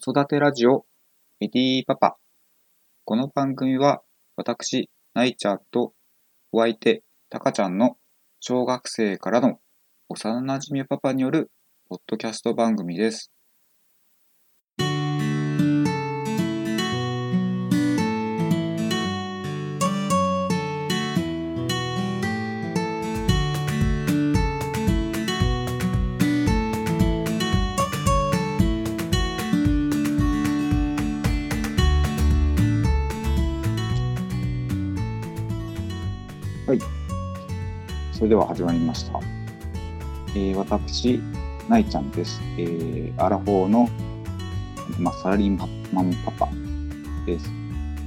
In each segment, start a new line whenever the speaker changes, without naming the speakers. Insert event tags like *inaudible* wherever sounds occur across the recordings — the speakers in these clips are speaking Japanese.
育てラジオメディーパパ。この番組は私、ナイちゃんとお相手、タカちゃんの小学生からの幼馴染パパによるポッドキャスト番組です。それでは始まりました。えー私、ナイちゃんです。えーアラフォーの、まあ、サラリーマンパパです。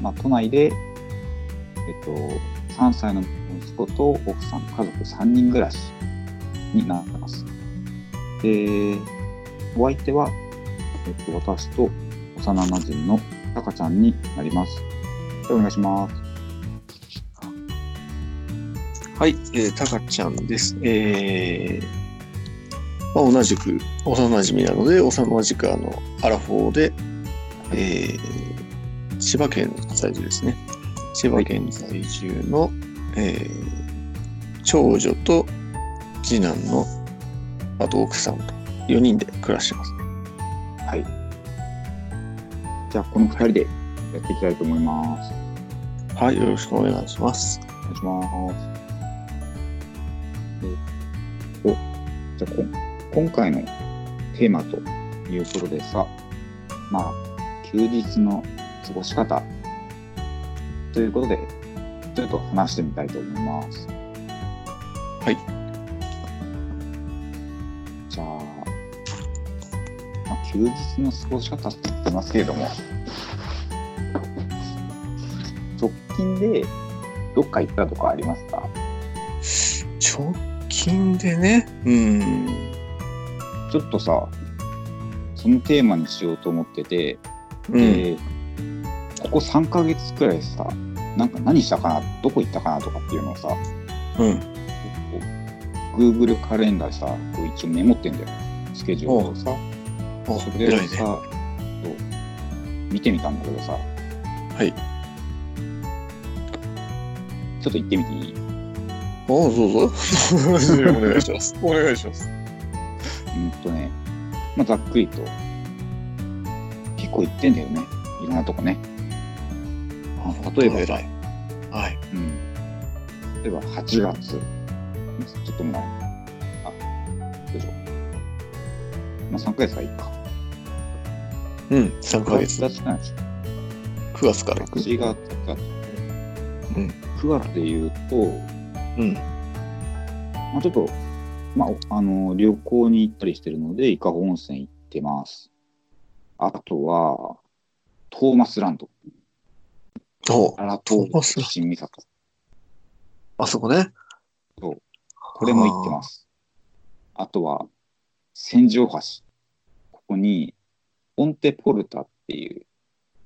まあ、都内で、えっと、3歳の息子と奥さん、家族3人暮らしになってます。で、お相手は、えっと、私と幼馴染のタカちゃんになります。ではお願いします。
はい、えー、たかちゃんです。えーまあ、同じく、幼馴染なので、幼じくあの、アラフォーで、えー千葉県在住ですね。千葉県在住の、えー長女と次男の、あと奥さんと4人で暮らしてます。
はい。じゃあ、この二人でやっていきたいと思います。
はい、よろしくお願いします。
お願いします。えっと、じゃあこん、今回のテーマということでさ、まあ、休日の過ごし方ということで、ちょっと話してみたいと思います。
はい。
じゃあ、まあ、休日の過ごし方って言ってますけれども、直近でどっか行ったとかありますか
直近でね、うん、
ちょっとさ、そのテーマにしようと思ってて、
うん、
でここ3ヶ月くらいさ、なんか何したかな、どこ行ったかなとかっていうのをさ、こ
うん。
う Google カレンダーさ、こう一応メモってんだよ。スケジュールをさ、
お
それを
偉い
さ、
ね。
そう見てみたんだけどさ、はいちょっと行ってみていい
あどうぞ。 *laughs* お願いします。お願いします。
うんとね、まあ、ざっくりと。結構行ってんだよね。いろんなとこね。例えばさ
偉い。はい。
うん。例えば8月。ちょっと前。あ、どうしよう。まあ、3ヶ月はいいか。
うん、3ヶ月。
だってないでしょ。
9月から行く。
8月か。
うん。
9月で言うと、
うん。
まあ、ちょっと、まあお、あの、旅行に行ったりしてるので、伊香保温泉行ってます。あとは、トーマスランド。
お
アラト
トー
ー
マスランド
新岬。
あそこね。
そうこれも行ってます。あとは、千住大橋。ここに、オンテポルタっていう、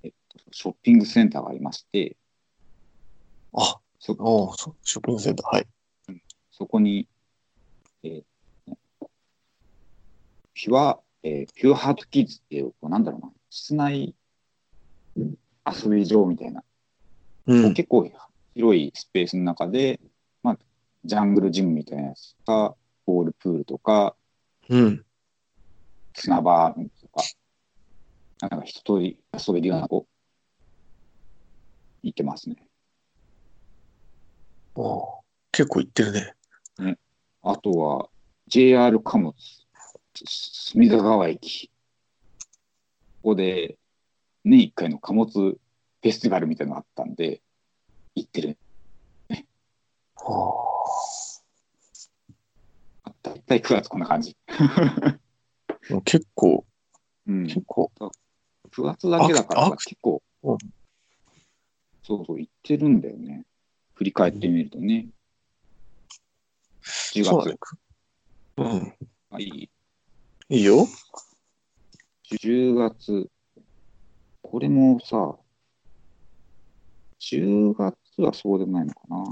えっと、ショッピングセンターがありまして、
あー。あ、
そ
おうそショッピングセンター。はい。
そこに、えーピュア、えーピュアハートキッズっていう、こうなんだろうな、室内遊び場みたいな、
うん。
結構広いスペースの中で、まあ、ジャングルジムみたいなやつとか、ボールプールとか、
うん。
砂場とか、なんか一通り遊べるような子、行ってますね。
おう結構行ってるね。
あとは、JR 貨物、隅田川駅。ここで、年一回の貨物フェスティバルみたいなのがあったんで、行ってる。
おう
あった大体9月こんな感じ。
もう結構、
うん。
結構。
9月だけだか
あ
ら
あ
結構
うん、
そうそう、行ってるんだよね。振り返ってみるとね。10
そうだ
月
ね。。くうん。
あいい
いいよ。
10月、これもさ、10月はそうでもないのかな。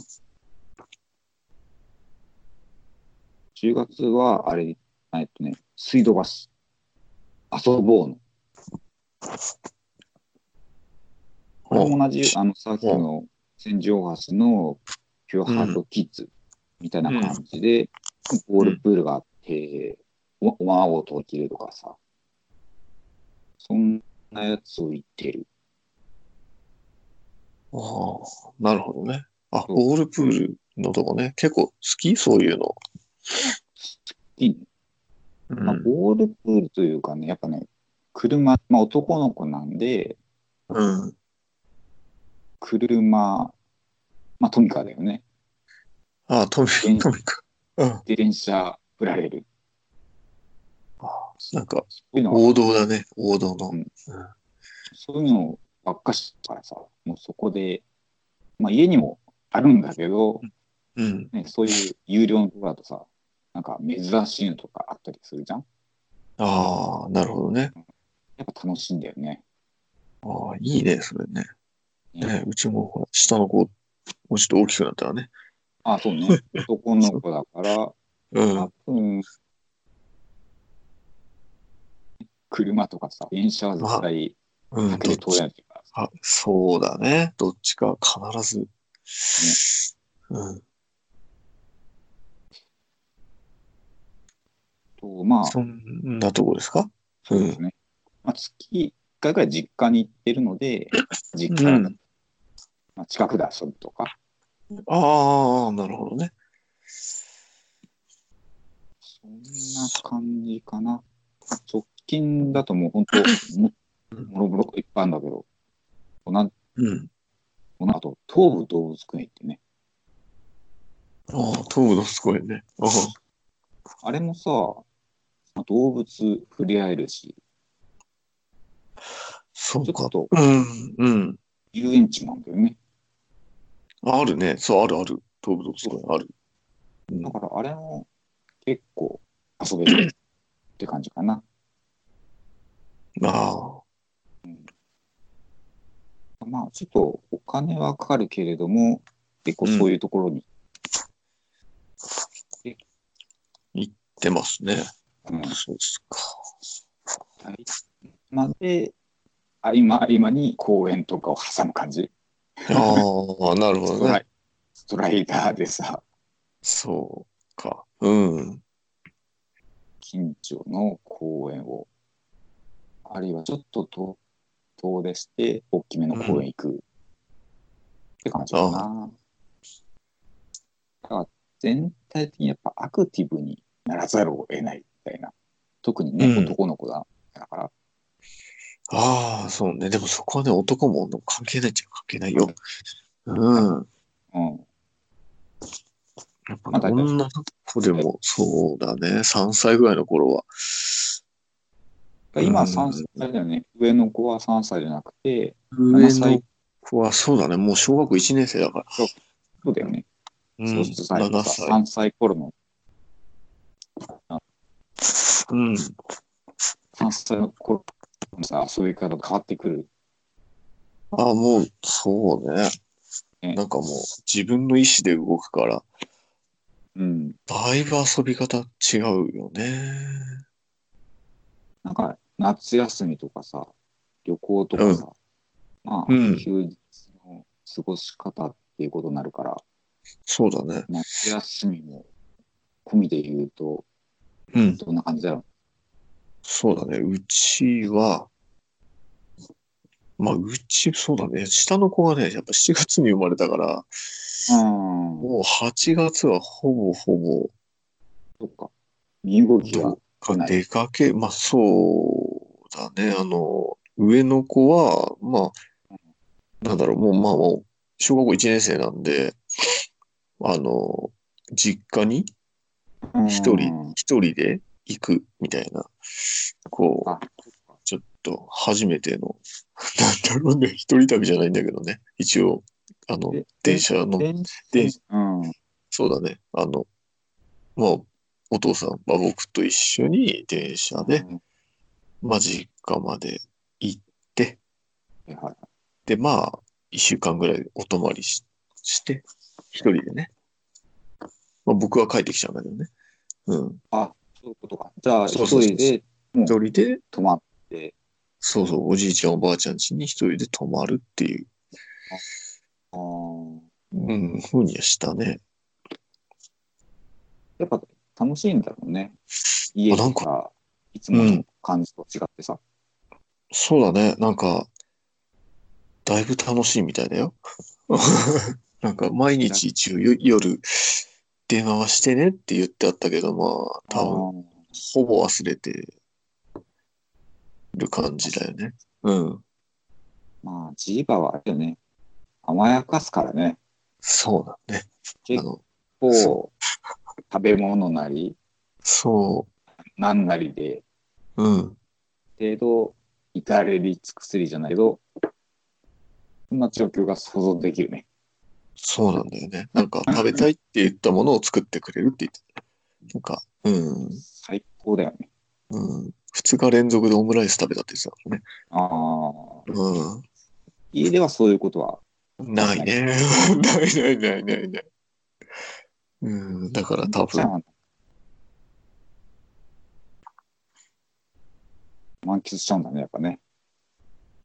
10月は、あれ、えっとね、水道橋、遊ぼうの。これも同じ、あの、さっきの戦場発のピュアハートキッズみたいな感じで、ボールプールがあって、おおままごとを切るとかさ、そんなやつを言ってる。
ああ、なるほどね。あ、ボールプールのとこね。結構好きそういうの。
いいね
うん
まあ、ボールプールというかね、やっぱね、車、まあ、男の子なんで、
うん。
車、まあ、トミカだよね。
ああ、トミ、トミカ。うん。
自転車、振られる。
なんか、
そういうのは
王道だね。王道の。
そういうのばっかしだからさ、もうそこで、まあ、家にもあるんだけど、
うん。
ね、そういう有料のとこだとさ、なんか珍しいのとかあったりするじゃん
ああ、なるほどね。
やっぱ楽しいんだよね。
ああ、いいね、それね。
ね
ね、うちも、ほら下の子、もうちょっと大きくなったらね。
あ、そう
*laughs*
ね。男の子だから、
うん
多。分、車とかさ、電車は絶対
うん、
避け
どって
通れ
ち
ないっていうか、
あ、そうだね。どっちか必ず。うん。
と、まあ、
そんなとこですか
そうですね。まあ、月1回ぐらい実家に行ってるので、実家、
うん
まあ、近くで遊ぶとか、
ああ、なるほどね。
そんな感じかな。直近だともう本当、ももろもろいっぱいあるんだけど、この
うん。
この後、東武動物公園行ってね、
ああ、東武のすごいね。あ
あれもさ、まあ動物触れ合えるし、
あ、そ
ち
う
ょ
か
っ。と
うん、うん。
遊園地なんだよね。
あるね。そう、あるある。東武動物公園ある。うん
だからあれも結構遊べるって感じかな。
あ
まあちょっとお金はかかるけれども、結構そういうところに、
あ、出ますね。
うん、
そうですか。
まで合間合間に公園とかを挟む感じ。
ああ、なるほ
ス
ど
トラ
ね。
イストライダーでさ、
そうか。うん。
近所の公園を、あるいはちょっと遠遠出して、大きめの公園行く、って感じかな。だから全体的にやっぱアクティブにならざるを得ないみたいな。特にね、
うん
男の子だだから、
ああ、そうね。でもそこはね、男も女も関係ないっちゃ関係ないよ。うん。
うん。
やっ
ま
ぱ、
だ
ね、女の子でも、そうだね。3歳ぐらいの頃は。
今
うん
3歳だよね。上の子は3歳じゃなくて、
上
歳
の子は、そうだね。もう小学1年生だから。
そうだよね。
うん
そうするとさ、
7歳。
3歳頃の、
うん。
3歳の頃のさ、遊び方が変わってくる。
あ、もう、そうね。
ね
なんかもう、自分の意思で動くから、
うん。
だいぶ遊び方違うよね。
なんか夏休みとかさ、旅行とかさ、まあ、
うん
休日の過ごし方っていうことになるから、
そうだね。
夏休みも込みで言うと、
うん。
どんな感じだろ
そうだね。うちは、まあ、うち、そうだね。下の子がね、やっぱ7月に生まれたから、
う。うん、
もう8月はほぼほぼ、
そっか。身動き
ど
は
っ、か出かけ、まあそうだね、あの、上の子は、まあ、なんだろう、もうまあもう、小学校1年生なんで、あの、実家に
うん
一人、一人で行くみたいな、こう、
あ、そっか
ちょっと初めての、 *laughs* なんだろうね、一人旅じゃないんだけどね、一応、あの
え、
電車の、
電
電
車。うん。
そうだね、あの、まあ、お父さん、まあ、僕と一緒に電車で、まあ、実家まで行って、
はいはい。
で、まあ、一週間ぐらいお泊まりしして、一人でね。まあ、僕は帰ってきちゃうんだけどね。うん。
あ、そういうことか。じゃあ、
そう
一
そうそう
人で
一人で、
泊まって、
そうそう、おじいちゃんおばあちゃん家に一人で泊まるっていう、
あー
うん、ふうにはしたね。
やっぱ楽しいんだろうね。家
あなん
と
か
か、いつもの感じと違ってさ。
そうだね、なんか、だいぶ楽しいみたいだよ。なんか、毎日一応よ夜、電話はしてねって言ってあったけど、まあ、多分、
分。
ほぼ忘れてる感じだよね。うん。
まあ、ジーバはあれよね。甘やかすからね。
そうだね。
結
あの、
構
そ、
食べ物なり、
そ
なんなりで、
う、うん。
程度、至れり尽くせりじゃないけど、そんな状況が想像できるね。
そうなんだよね。なんか、食べたいって言ったものを作ってくれるって言ってなんか、うん。
最高だよね。
うん。2日連続でオムライス食べたって言ってたからね。
ああ。
うん。
家ではそういうことは、
ないね。 *laughs* ないないないないない。うん、だから多
じゃ
分、
あ満喫しちゃうんだね、やっぱね。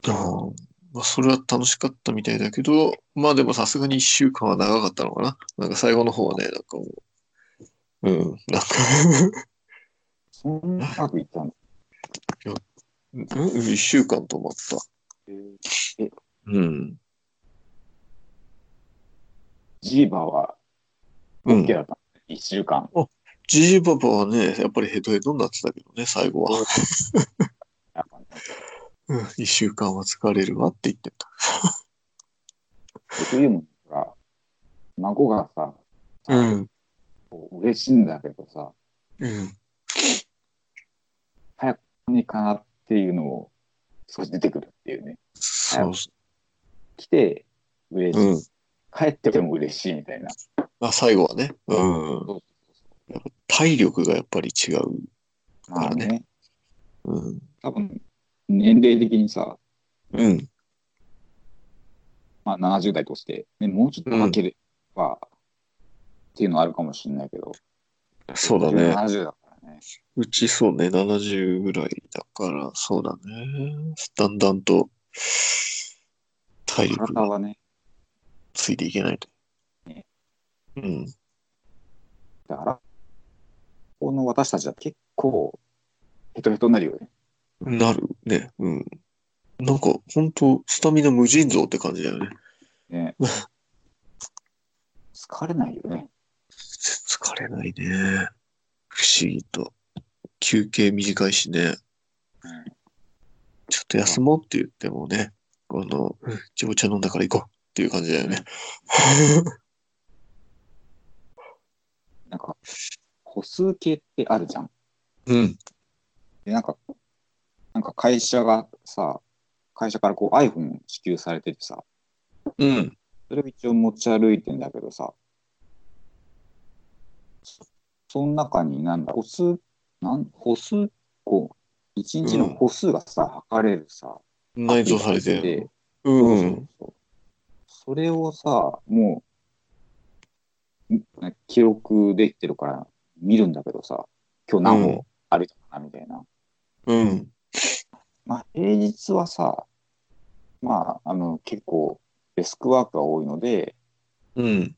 うんまあ、それは楽しかったみたいだけど、まあでもさすがに1週間は長かったのかな。なんか最後の方はね、なんかもう、うん、なんか *laughs*
そんな長く行ったんだ。
うん、1週間止まった。うん。
ジーバーは
う
OK
ん、
だった。一、週間。
ジジババはね、やっぱりヘトヘトになってたけどね、最後は。
やっぱね
うん、1週間は疲れるわって言ってた。
僕言うもんが、孫がさ、
うん。
こう嬉しいんだけどさ、
うん。
何かなっていうのを少し出てくるっていうね。
そうそ
来て嬉し
う。
い。
うん。
帰っても嬉しいみたいな。
あ、最後はね。うん。
そう
体力がやっぱり違う。
まあね、
うん。
多分年齢的にさ、
うん。
まあ、70代として、ね、もうちょっと負ければ、っていうのはあるかもしれないけど、
そうだね。
70だからね。
うちそうね、70ぐらいだから、そうだね。だんだんと、体力
体
が
はね、
ついていけないと
ね。
うん。
だから、この私たちは結構、ヘトヘトになるよね。
なるね。うん。なんか、本当スタミナ無尽蔵って感じだよね。
ね疲れないよね。
疲れないね。不思議と。休憩短いしね。ちょっと休もうって言ってもね、この、うんちぼちゃ飲んだから行こうっていう感じだよね。
なんか、歩数計ってあるじゃん。
うん。
で、なんか、なんか会社がさ、会社からこう iPhone 支給されててさ、
うん。
それを一応持ち歩いてんだけどさ、その中になんだ、歩数、なん歩数、こう、一日の歩数がさ、測れるさ、
内蔵されて
で
る。うん。
そうそれをさ、もう、ん記録できてるから見るんだけどさ、今日何歩歩いたかなみたいな。
うん。
まあ、平日はさ、まあ、あの、結構、デスクワークが多いので、
うん。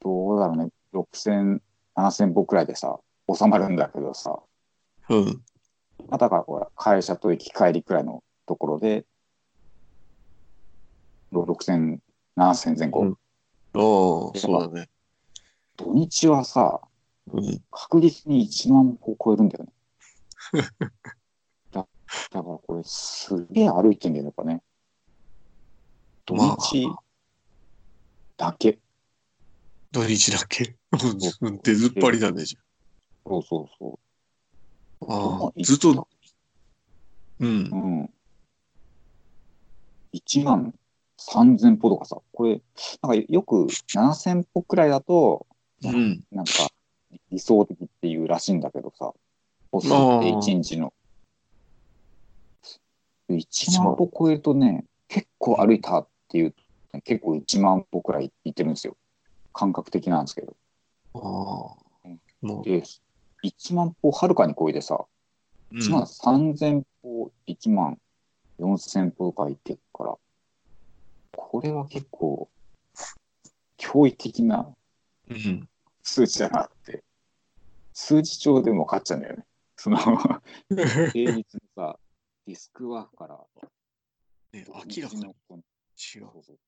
どうだろうね、6000、7000歩くらいでさ、収まるんだけどさ、
うん。
まあ、だからほら、会社と行き帰りくらいのところで、6000、7000前後。
うんああ、そうだね。
土日はさ、
うん。
確実に1万歩超えるんだよね。 *laughs* だだからこれ、すげえ歩いてんだよね、やっぱね。土
まあ
日だけ。
土日だっけうん。出ずっぱりだね、じ
そうそうそう。
ゃあ。ああ
ど、の
ずっと、うん
う。ん。1万3000歩とかさ、これ、なんかよく7000歩くらいだと、
うん。
なんか理想的っていうらしいんだけどさ、歩数って1日の。1万歩超えるとね、結構歩いたっていう、結構1万歩くらい行ってるんですよ。感覚的なんですけど。
ああ。もう、
で、1万歩をはるかに超えてさ、
う
1万
ん。
3000歩と1万4000歩とか言ってるから、これは結構、驚異的な
うん。
数値だなって、数値帳でも勝っちゃうんだよね。そ
*laughs*
の、 *laughs* 平日のさ、ディスクワークから、
ね、明らかに
この
違う。
そうそう